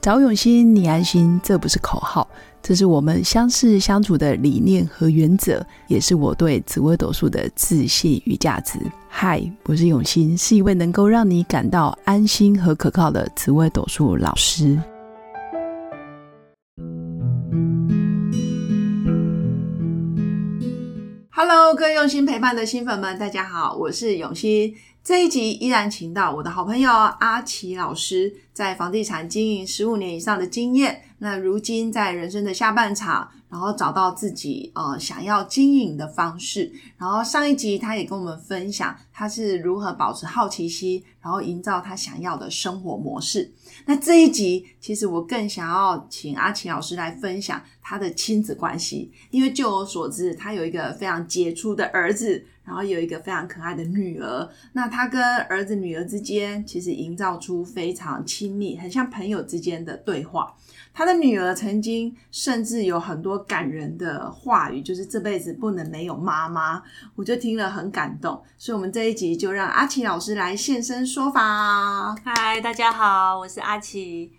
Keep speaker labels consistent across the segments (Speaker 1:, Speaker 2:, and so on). Speaker 1: 找永新，你安心，这不是口号，这是我们相识相处的理念和原则，也是我对紫微斗数的自信与价值。嗨，我是永新，是一位能够让你感到安心和可靠的紫微斗数老师。Hello，各位用心陪伴的新粉们，大家好，我是永新。这一集依然请到我的好朋友阿奇老师，在房地产经营十五年以上的经验，那如今在人生的下半场，然后找到自己呃想要经营的方式。然后上一集他也跟我们分享他是如何保持好奇心，然后营造他想要的生活模式。那这一集其实我更想要请阿奇老师来分享他的亲子关系，因为就我所知，他有一个非常杰出的儿子。然后有一个非常可爱的女儿，那他跟儿子女儿之间其实营造出非常亲密，很像朋友之间的对话。他的女儿曾经甚至有很多感人的话语，就是这辈子不能没有妈妈，我就听了很感动。所以，我们这一集就让阿奇老师来现身说法。
Speaker 2: 嗨，大家好，我是阿奇。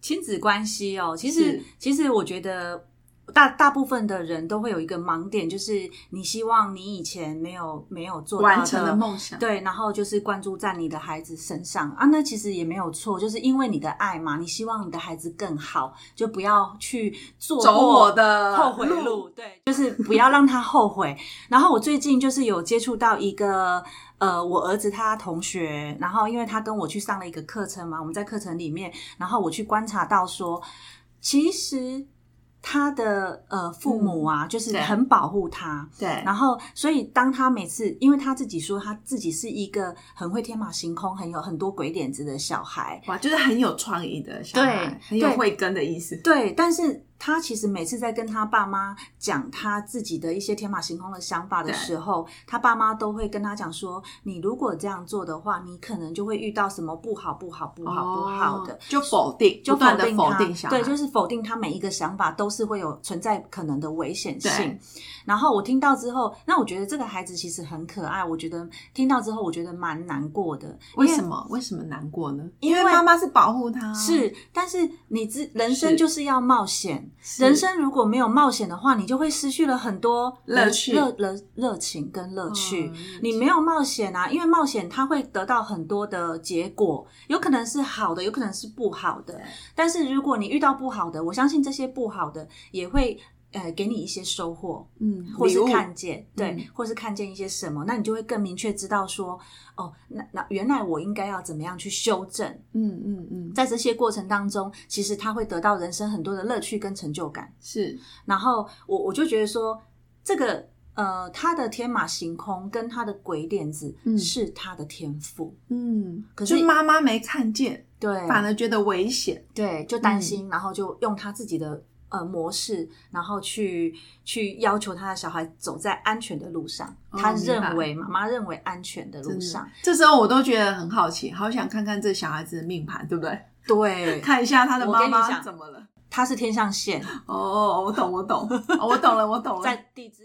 Speaker 2: 亲子关系哦，其实
Speaker 1: 是
Speaker 2: 其实我觉得大大部分的人都会有一个盲点，就是你希望你以前没有没有做到的
Speaker 1: 完成了梦想，
Speaker 2: 对，然后就是关注在你的孩子身上啊，那其实也没有错，就是因为你的爱嘛，你希望你的孩子更好，就不要去做
Speaker 1: 走我的
Speaker 2: 后悔路，对，就是不要让他后悔。然后我最近就是有接触到一个呃，我儿子他同学，然后因为他跟我去上了一个课程嘛，我们在课程里面，然后我去观察到说，其实他的呃父母啊，就是
Speaker 1: 对
Speaker 2: 很保护他，
Speaker 1: 对，
Speaker 2: 然后，所以当他每次，因为他自己说他自己是一个很会天马行空、很有很多鬼点子的小孩，
Speaker 1: 哇，就是很有创意的小孩
Speaker 2: 对，
Speaker 1: 很有
Speaker 2: 对
Speaker 1: 慧根的意思。
Speaker 2: 对。但是他其实每次在跟他爸妈讲他自己的一些天马行空的想法的时候，他爸妈都会跟他讲说：“你如果这样做的话，你可能就会遇到什么不好、不好、不好、不好的。
Speaker 1: 哦就否定，
Speaker 2: 就
Speaker 1: 不断的
Speaker 2: 定
Speaker 1: 否
Speaker 2: 他
Speaker 1: 定小孩，
Speaker 2: 对，就是否定他每一个想法都是会有存在可能的危险性
Speaker 1: 对。
Speaker 2: 然后我听到之后，那我觉得这个孩子其实很可爱，我觉得听到之后我觉得蛮难过的，
Speaker 1: 为
Speaker 2: 因
Speaker 1: 什？么？为什么难过呢？
Speaker 2: 因为
Speaker 1: 为妈妈是保护他，
Speaker 2: 是，但是你自人
Speaker 1: 是
Speaker 2: 生就是要冒险，
Speaker 1: 是
Speaker 2: 人生如果没有冒险的话，你就会失去了很多
Speaker 1: 乐
Speaker 2: 人
Speaker 1: 趣
Speaker 2: 热热热情跟乐趣。
Speaker 1: 嗯
Speaker 2: 你没有冒险啊，因为冒险它会得到很多的结果，有可能是好的，有可能是不好的
Speaker 1: 对。
Speaker 2: 但是如果你遇到不好的，我相信这些不好的也会呃给你一些收获，
Speaker 1: 嗯，
Speaker 2: 或是
Speaker 1: 礼物
Speaker 2: 看见对，
Speaker 1: 嗯
Speaker 2: 或是看见一些什么，那你就会更明确知道说，哦，那那原来我应该要怎么样去修正。
Speaker 1: 嗯嗯嗯，
Speaker 2: 在这些过程当中，其实他会得到人生很多的乐趣跟成就感。
Speaker 1: 是
Speaker 2: 然后我我就觉得说，这个呃，他的天马行空跟他的鬼点子
Speaker 1: 嗯
Speaker 2: 是他的天赋，
Speaker 1: 嗯，
Speaker 2: 可
Speaker 1: 就是妈妈没看见，
Speaker 2: 对
Speaker 1: 反而觉得危险，
Speaker 2: 对，就
Speaker 1: 嗯
Speaker 2: 担心，然后就用他自己的呃模式，然后去去要求他的小孩走在安全的路上，
Speaker 1: 哦
Speaker 2: 他
Speaker 1: 明白
Speaker 2: 认为妈妈认为安全的
Speaker 1: 真
Speaker 2: 路上
Speaker 1: 的，。这时候我都觉得很好奇，好想看看这小孩子的命盘，对不对？
Speaker 2: 对，
Speaker 1: 看一下他的
Speaker 2: 我
Speaker 1: 妈
Speaker 2: 跟你
Speaker 1: 妈
Speaker 2: 讲
Speaker 1: 怎么了。
Speaker 2: 他是天象线，
Speaker 1: 哦，我懂，我懂，哦我懂了，我懂了。
Speaker 2: 在地支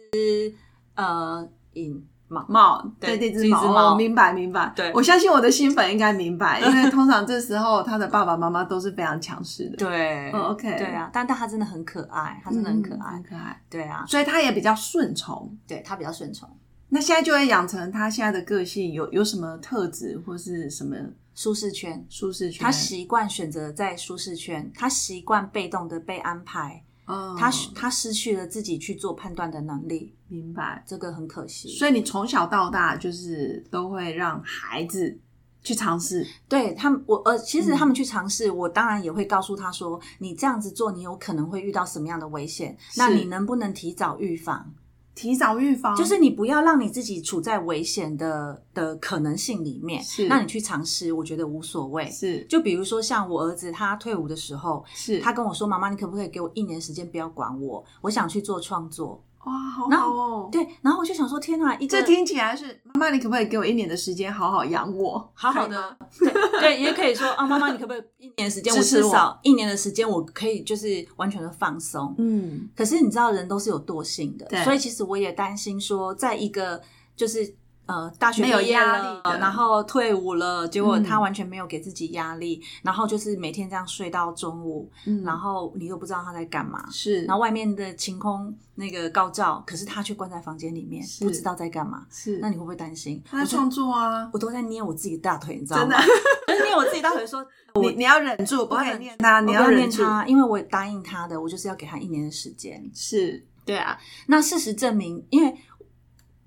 Speaker 2: 呃寅卯，
Speaker 1: 猫，对
Speaker 2: 对
Speaker 1: 这只
Speaker 2: 这只
Speaker 1: 猫，
Speaker 2: 猫
Speaker 1: 哦明白明白。
Speaker 2: 对
Speaker 1: 我相信我的新粉应该明白， 因为通常这时候他的爸爸妈妈都是非常强势的，
Speaker 2: 对、
Speaker 1: 哦，OK
Speaker 2: 对啊，但但他真的很可爱，他真的很可
Speaker 1: 嗯
Speaker 2: 爱，
Speaker 1: 很可爱，
Speaker 2: 对啊，
Speaker 1: 所以他也比较顺从。
Speaker 2: 对他比较顺从，
Speaker 1: 那现在就会养成他现在的个性有有什么特质或是什么
Speaker 2: 舒适圈。
Speaker 1: 舒适圈？
Speaker 2: 他习惯选择在舒适圈，他习惯被动的被安排，
Speaker 1: 哦
Speaker 2: 他他失去了自己去做判断的能力，
Speaker 1: 明白，
Speaker 2: 这个很可惜。
Speaker 1: 所以你从小到大就是都会让孩子去尝试，
Speaker 2: 对他们，我呃，其实
Speaker 1: 嗯
Speaker 2: 他们去尝试，我当然也会告诉他说，你这样子做，你有可能会遇到什么样的危险，那你能不能提早预防？
Speaker 1: 提早预防，
Speaker 2: 就是你不要让你自己处在危险的的可能性里面
Speaker 1: 是，
Speaker 2: 那你去尝试，我觉得无所谓。
Speaker 1: 是
Speaker 2: 就比如说像我儿子他退伍的时候，
Speaker 1: 是
Speaker 2: 他跟我说：“妈妈，你可不可以给我一年时间，不要管我，我想去做创作。
Speaker 1: 哇，好
Speaker 2: 然
Speaker 1: 好哦”。
Speaker 2: 对，然后我就想说：“天哪，一个
Speaker 1: 这听起来是妈妈，你可不可以给我一年的时间好好养我？
Speaker 2: 好好的，对对，也可以说啊，妈妈，你可不可以一年时间，我
Speaker 1: 支持
Speaker 2: 至
Speaker 1: 我
Speaker 2: 少一年的时间，我可以就是完全的放松。
Speaker 1: 嗯，
Speaker 2: 可是你知道，人都是有惰性的
Speaker 1: 对，
Speaker 2: 所以其实我也担心说，在一个就是。呃大学
Speaker 1: 没有
Speaker 2: 毕业
Speaker 1: 压
Speaker 2: 了
Speaker 1: 力的
Speaker 2: 然后退伍了，结果
Speaker 1: 嗯
Speaker 2: 他完全没有给自己压力，然后就是每天这样睡到中午，
Speaker 1: 嗯
Speaker 2: 然后你又不知道他在干嘛。
Speaker 1: 是，
Speaker 2: 然后外面的晴空那个高照，可是他却关在房间里面，
Speaker 1: 是
Speaker 2: 不知道在干嘛。
Speaker 1: 是
Speaker 2: 那你会不会担心？
Speaker 1: 他
Speaker 2: 我
Speaker 1: 在
Speaker 2: 就
Speaker 1: 创作啊，
Speaker 2: 我都在捏我自己的大腿，你知道吗？
Speaker 1: 真的，
Speaker 2: 就是捏我自己大腿说，
Speaker 1: 你你要忍住，不可以
Speaker 2: 忍
Speaker 1: 念他，你
Speaker 2: 我不
Speaker 1: 忍
Speaker 2: 念
Speaker 1: 住，
Speaker 2: 他，因为我也答应他的，我就是要给他一年的时间。
Speaker 1: 是
Speaker 2: 对啊，那事实证明，因为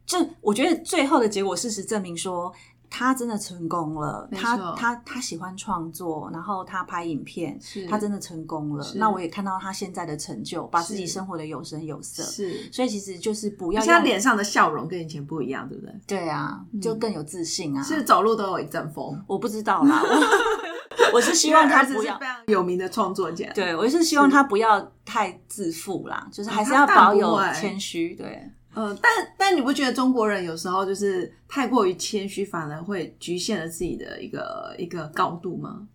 Speaker 2: 就我觉得最后的结果，事实证明说他真的成功了。
Speaker 1: 没
Speaker 2: 他
Speaker 1: 错
Speaker 2: 他他喜欢创作，然后他拍影片，
Speaker 1: 是，
Speaker 2: 他真的成功了
Speaker 1: 是。
Speaker 2: 那我也看到他现在的成就，把自己
Speaker 1: 是
Speaker 2: 生活的有声有色。
Speaker 1: 是，
Speaker 2: 所以其实就是不要
Speaker 1: 而且他
Speaker 2: 用
Speaker 1: 脸上的笑容跟以前不一样，对不对？
Speaker 2: 对啊，就更有自信啊。
Speaker 1: 是走路都有一阵风，
Speaker 2: 我不知道啦， 我我是希望
Speaker 1: 因为
Speaker 2: 他
Speaker 1: 儿子
Speaker 2: 不
Speaker 1: 是
Speaker 2: 要
Speaker 1: 非。常有名的创作家，
Speaker 2: 对，我是希望他不要太自负啦，就是还是
Speaker 1: 啊
Speaker 2: 要
Speaker 1: 他
Speaker 2: 保
Speaker 1: 淡
Speaker 2: 有
Speaker 1: 泊欸
Speaker 2: 谦虚。对，
Speaker 1: 嗯，但但你不觉得中国人有时候就是太过于谦虚，反而会局限了自己的一个一个高度吗？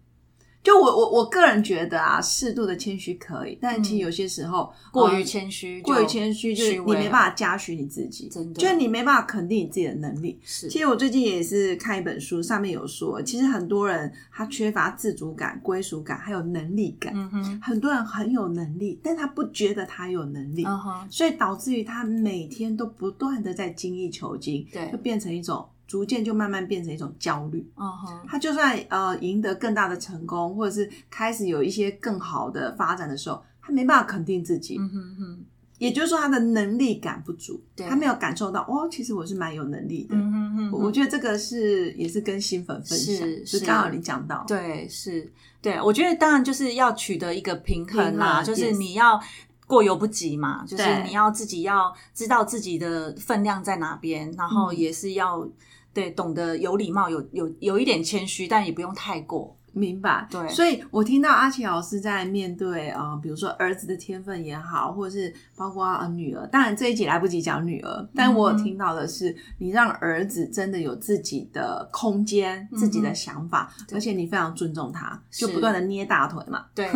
Speaker 1: 就我我我个人觉得啊，适度的谦虚可以，但其实有些时候、
Speaker 2: 过于
Speaker 1: 呃
Speaker 2: 谦虚就，
Speaker 1: 过于谦虚，就是
Speaker 2: 虚
Speaker 1: 你
Speaker 2: 伪
Speaker 1: 没
Speaker 2: 了
Speaker 1: 办法嘉许你自己，
Speaker 2: 真的
Speaker 1: 就是你没办法肯定你自己的能力。
Speaker 2: 是
Speaker 1: 其实我最近也是看一本书，上面有说，其实很多人他缺乏自主感、归属感，还有能力感。
Speaker 2: 嗯哼，
Speaker 1: 很多人很有能力，但他不觉得他有能力，
Speaker 2: 嗯哼，
Speaker 1: 所以导致于他每天都不断的在精益求精，
Speaker 2: 对
Speaker 1: 就变成一种逐渐就慢慢变成一种焦虑。
Speaker 2: 嗯哼，
Speaker 1: 他就算呃赢得更大的成功，或者是开始有一些更好的发展的时候，他没办法肯定自己，
Speaker 2: 嗯哼哼，
Speaker 1: 也就是说他的能力感不足，
Speaker 2: 对
Speaker 1: 他没有感受到哦，其实我是蛮有能力的。
Speaker 2: 嗯哼哼，
Speaker 1: 我我觉得这个是也是跟新粉分享，
Speaker 2: 是
Speaker 1: 就是刚好你讲到，
Speaker 2: 对，是，对，我觉得当然就是要取得一个平衡啦，
Speaker 1: 平衡
Speaker 2: 就是
Speaker 1: ，yes
Speaker 2: 你要过犹不及嘛，就是
Speaker 1: 对
Speaker 2: 你要自己要知道自己的分量在哪边，然后
Speaker 1: 嗯
Speaker 2: 也是要。对，懂得有礼貌，有有有一点谦虚，但也不用太过。
Speaker 1: 明白，
Speaker 2: 对
Speaker 1: 所以我听到阿奇老师在面对啊、呃比如说儿子的天分也好，或者是包括呃女儿，当然这一集来不及讲女儿，但我有听到的是，你让儿子真的有自己的空间、
Speaker 2: 嗯哼
Speaker 1: 自己的想法，
Speaker 2: 对
Speaker 1: 而且你非常尊重他，
Speaker 2: 是
Speaker 1: 就不断的捏大腿 嘛，
Speaker 2: 对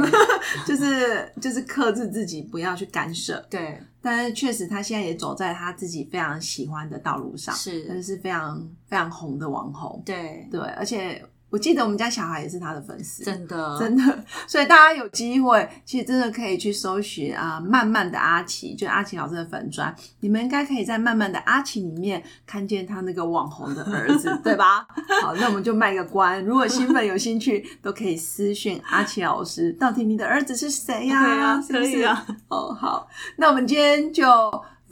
Speaker 1: 就是就是克制自己不要去干涉，
Speaker 2: 对，
Speaker 1: 但是确实他现在也走在他自己非常喜欢的道路上，真的
Speaker 2: 是，
Speaker 1: 是非常非常红的网红，
Speaker 2: 对，
Speaker 1: 对，而且我记得我们家小孩也是他的粉丝，
Speaker 2: 真的，
Speaker 1: 真的，所以大家有机会，其实真的可以去搜寻啊、慢慢的阿奇，就阿奇老师的粉砖，你们应该可以在慢慢的阿奇里面看见他那个网红的儿 子，对吧？好，那我们就卖个关，如果新粉有兴趣，都可以私讯阿奇老师，到底你的儿子是谁呀、
Speaker 2: 对啊
Speaker 1: 是不
Speaker 2: 可以
Speaker 1: 是？
Speaker 2: 啊
Speaker 1: 哦，好，那我们今天就。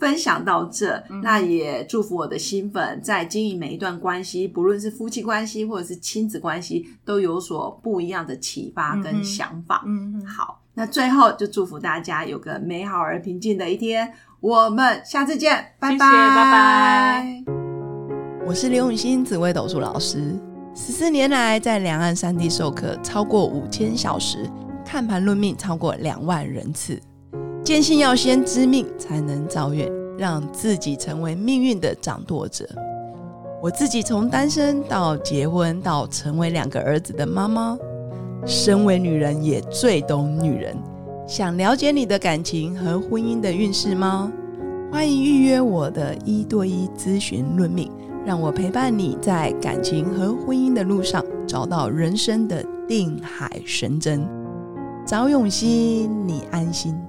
Speaker 1: 分享到这，
Speaker 2: 嗯
Speaker 1: 那也祝福我的新粉在经营每一段关系，不论是夫妻关系或者是亲子关系，都有所不一样的启发
Speaker 2: 嗯
Speaker 1: 跟
Speaker 2: 哼
Speaker 1: 想法。
Speaker 2: 嗯哼，
Speaker 1: 好，那最后就祝福大家有个美好而平静的一天。我们下次见，拜拜，
Speaker 2: 谢谢拜拜。
Speaker 3: 我是刘雨欣，紫薇斗数老师。十四年来，在两岸三地授课超过五千小时，看盘论命超过两万人次。坚信要先知命，才能造运，让自己成为命运的掌舵者。我自己从单身到结婚，到成为两个儿子的妈妈，身为女人也最懂女人。想了解你的感情和婚姻的运势吗？欢迎预约我的一对一咨询论命。让我陪伴你在感情和婚姻的路上找到人生的定海神针。找永熙，你安心。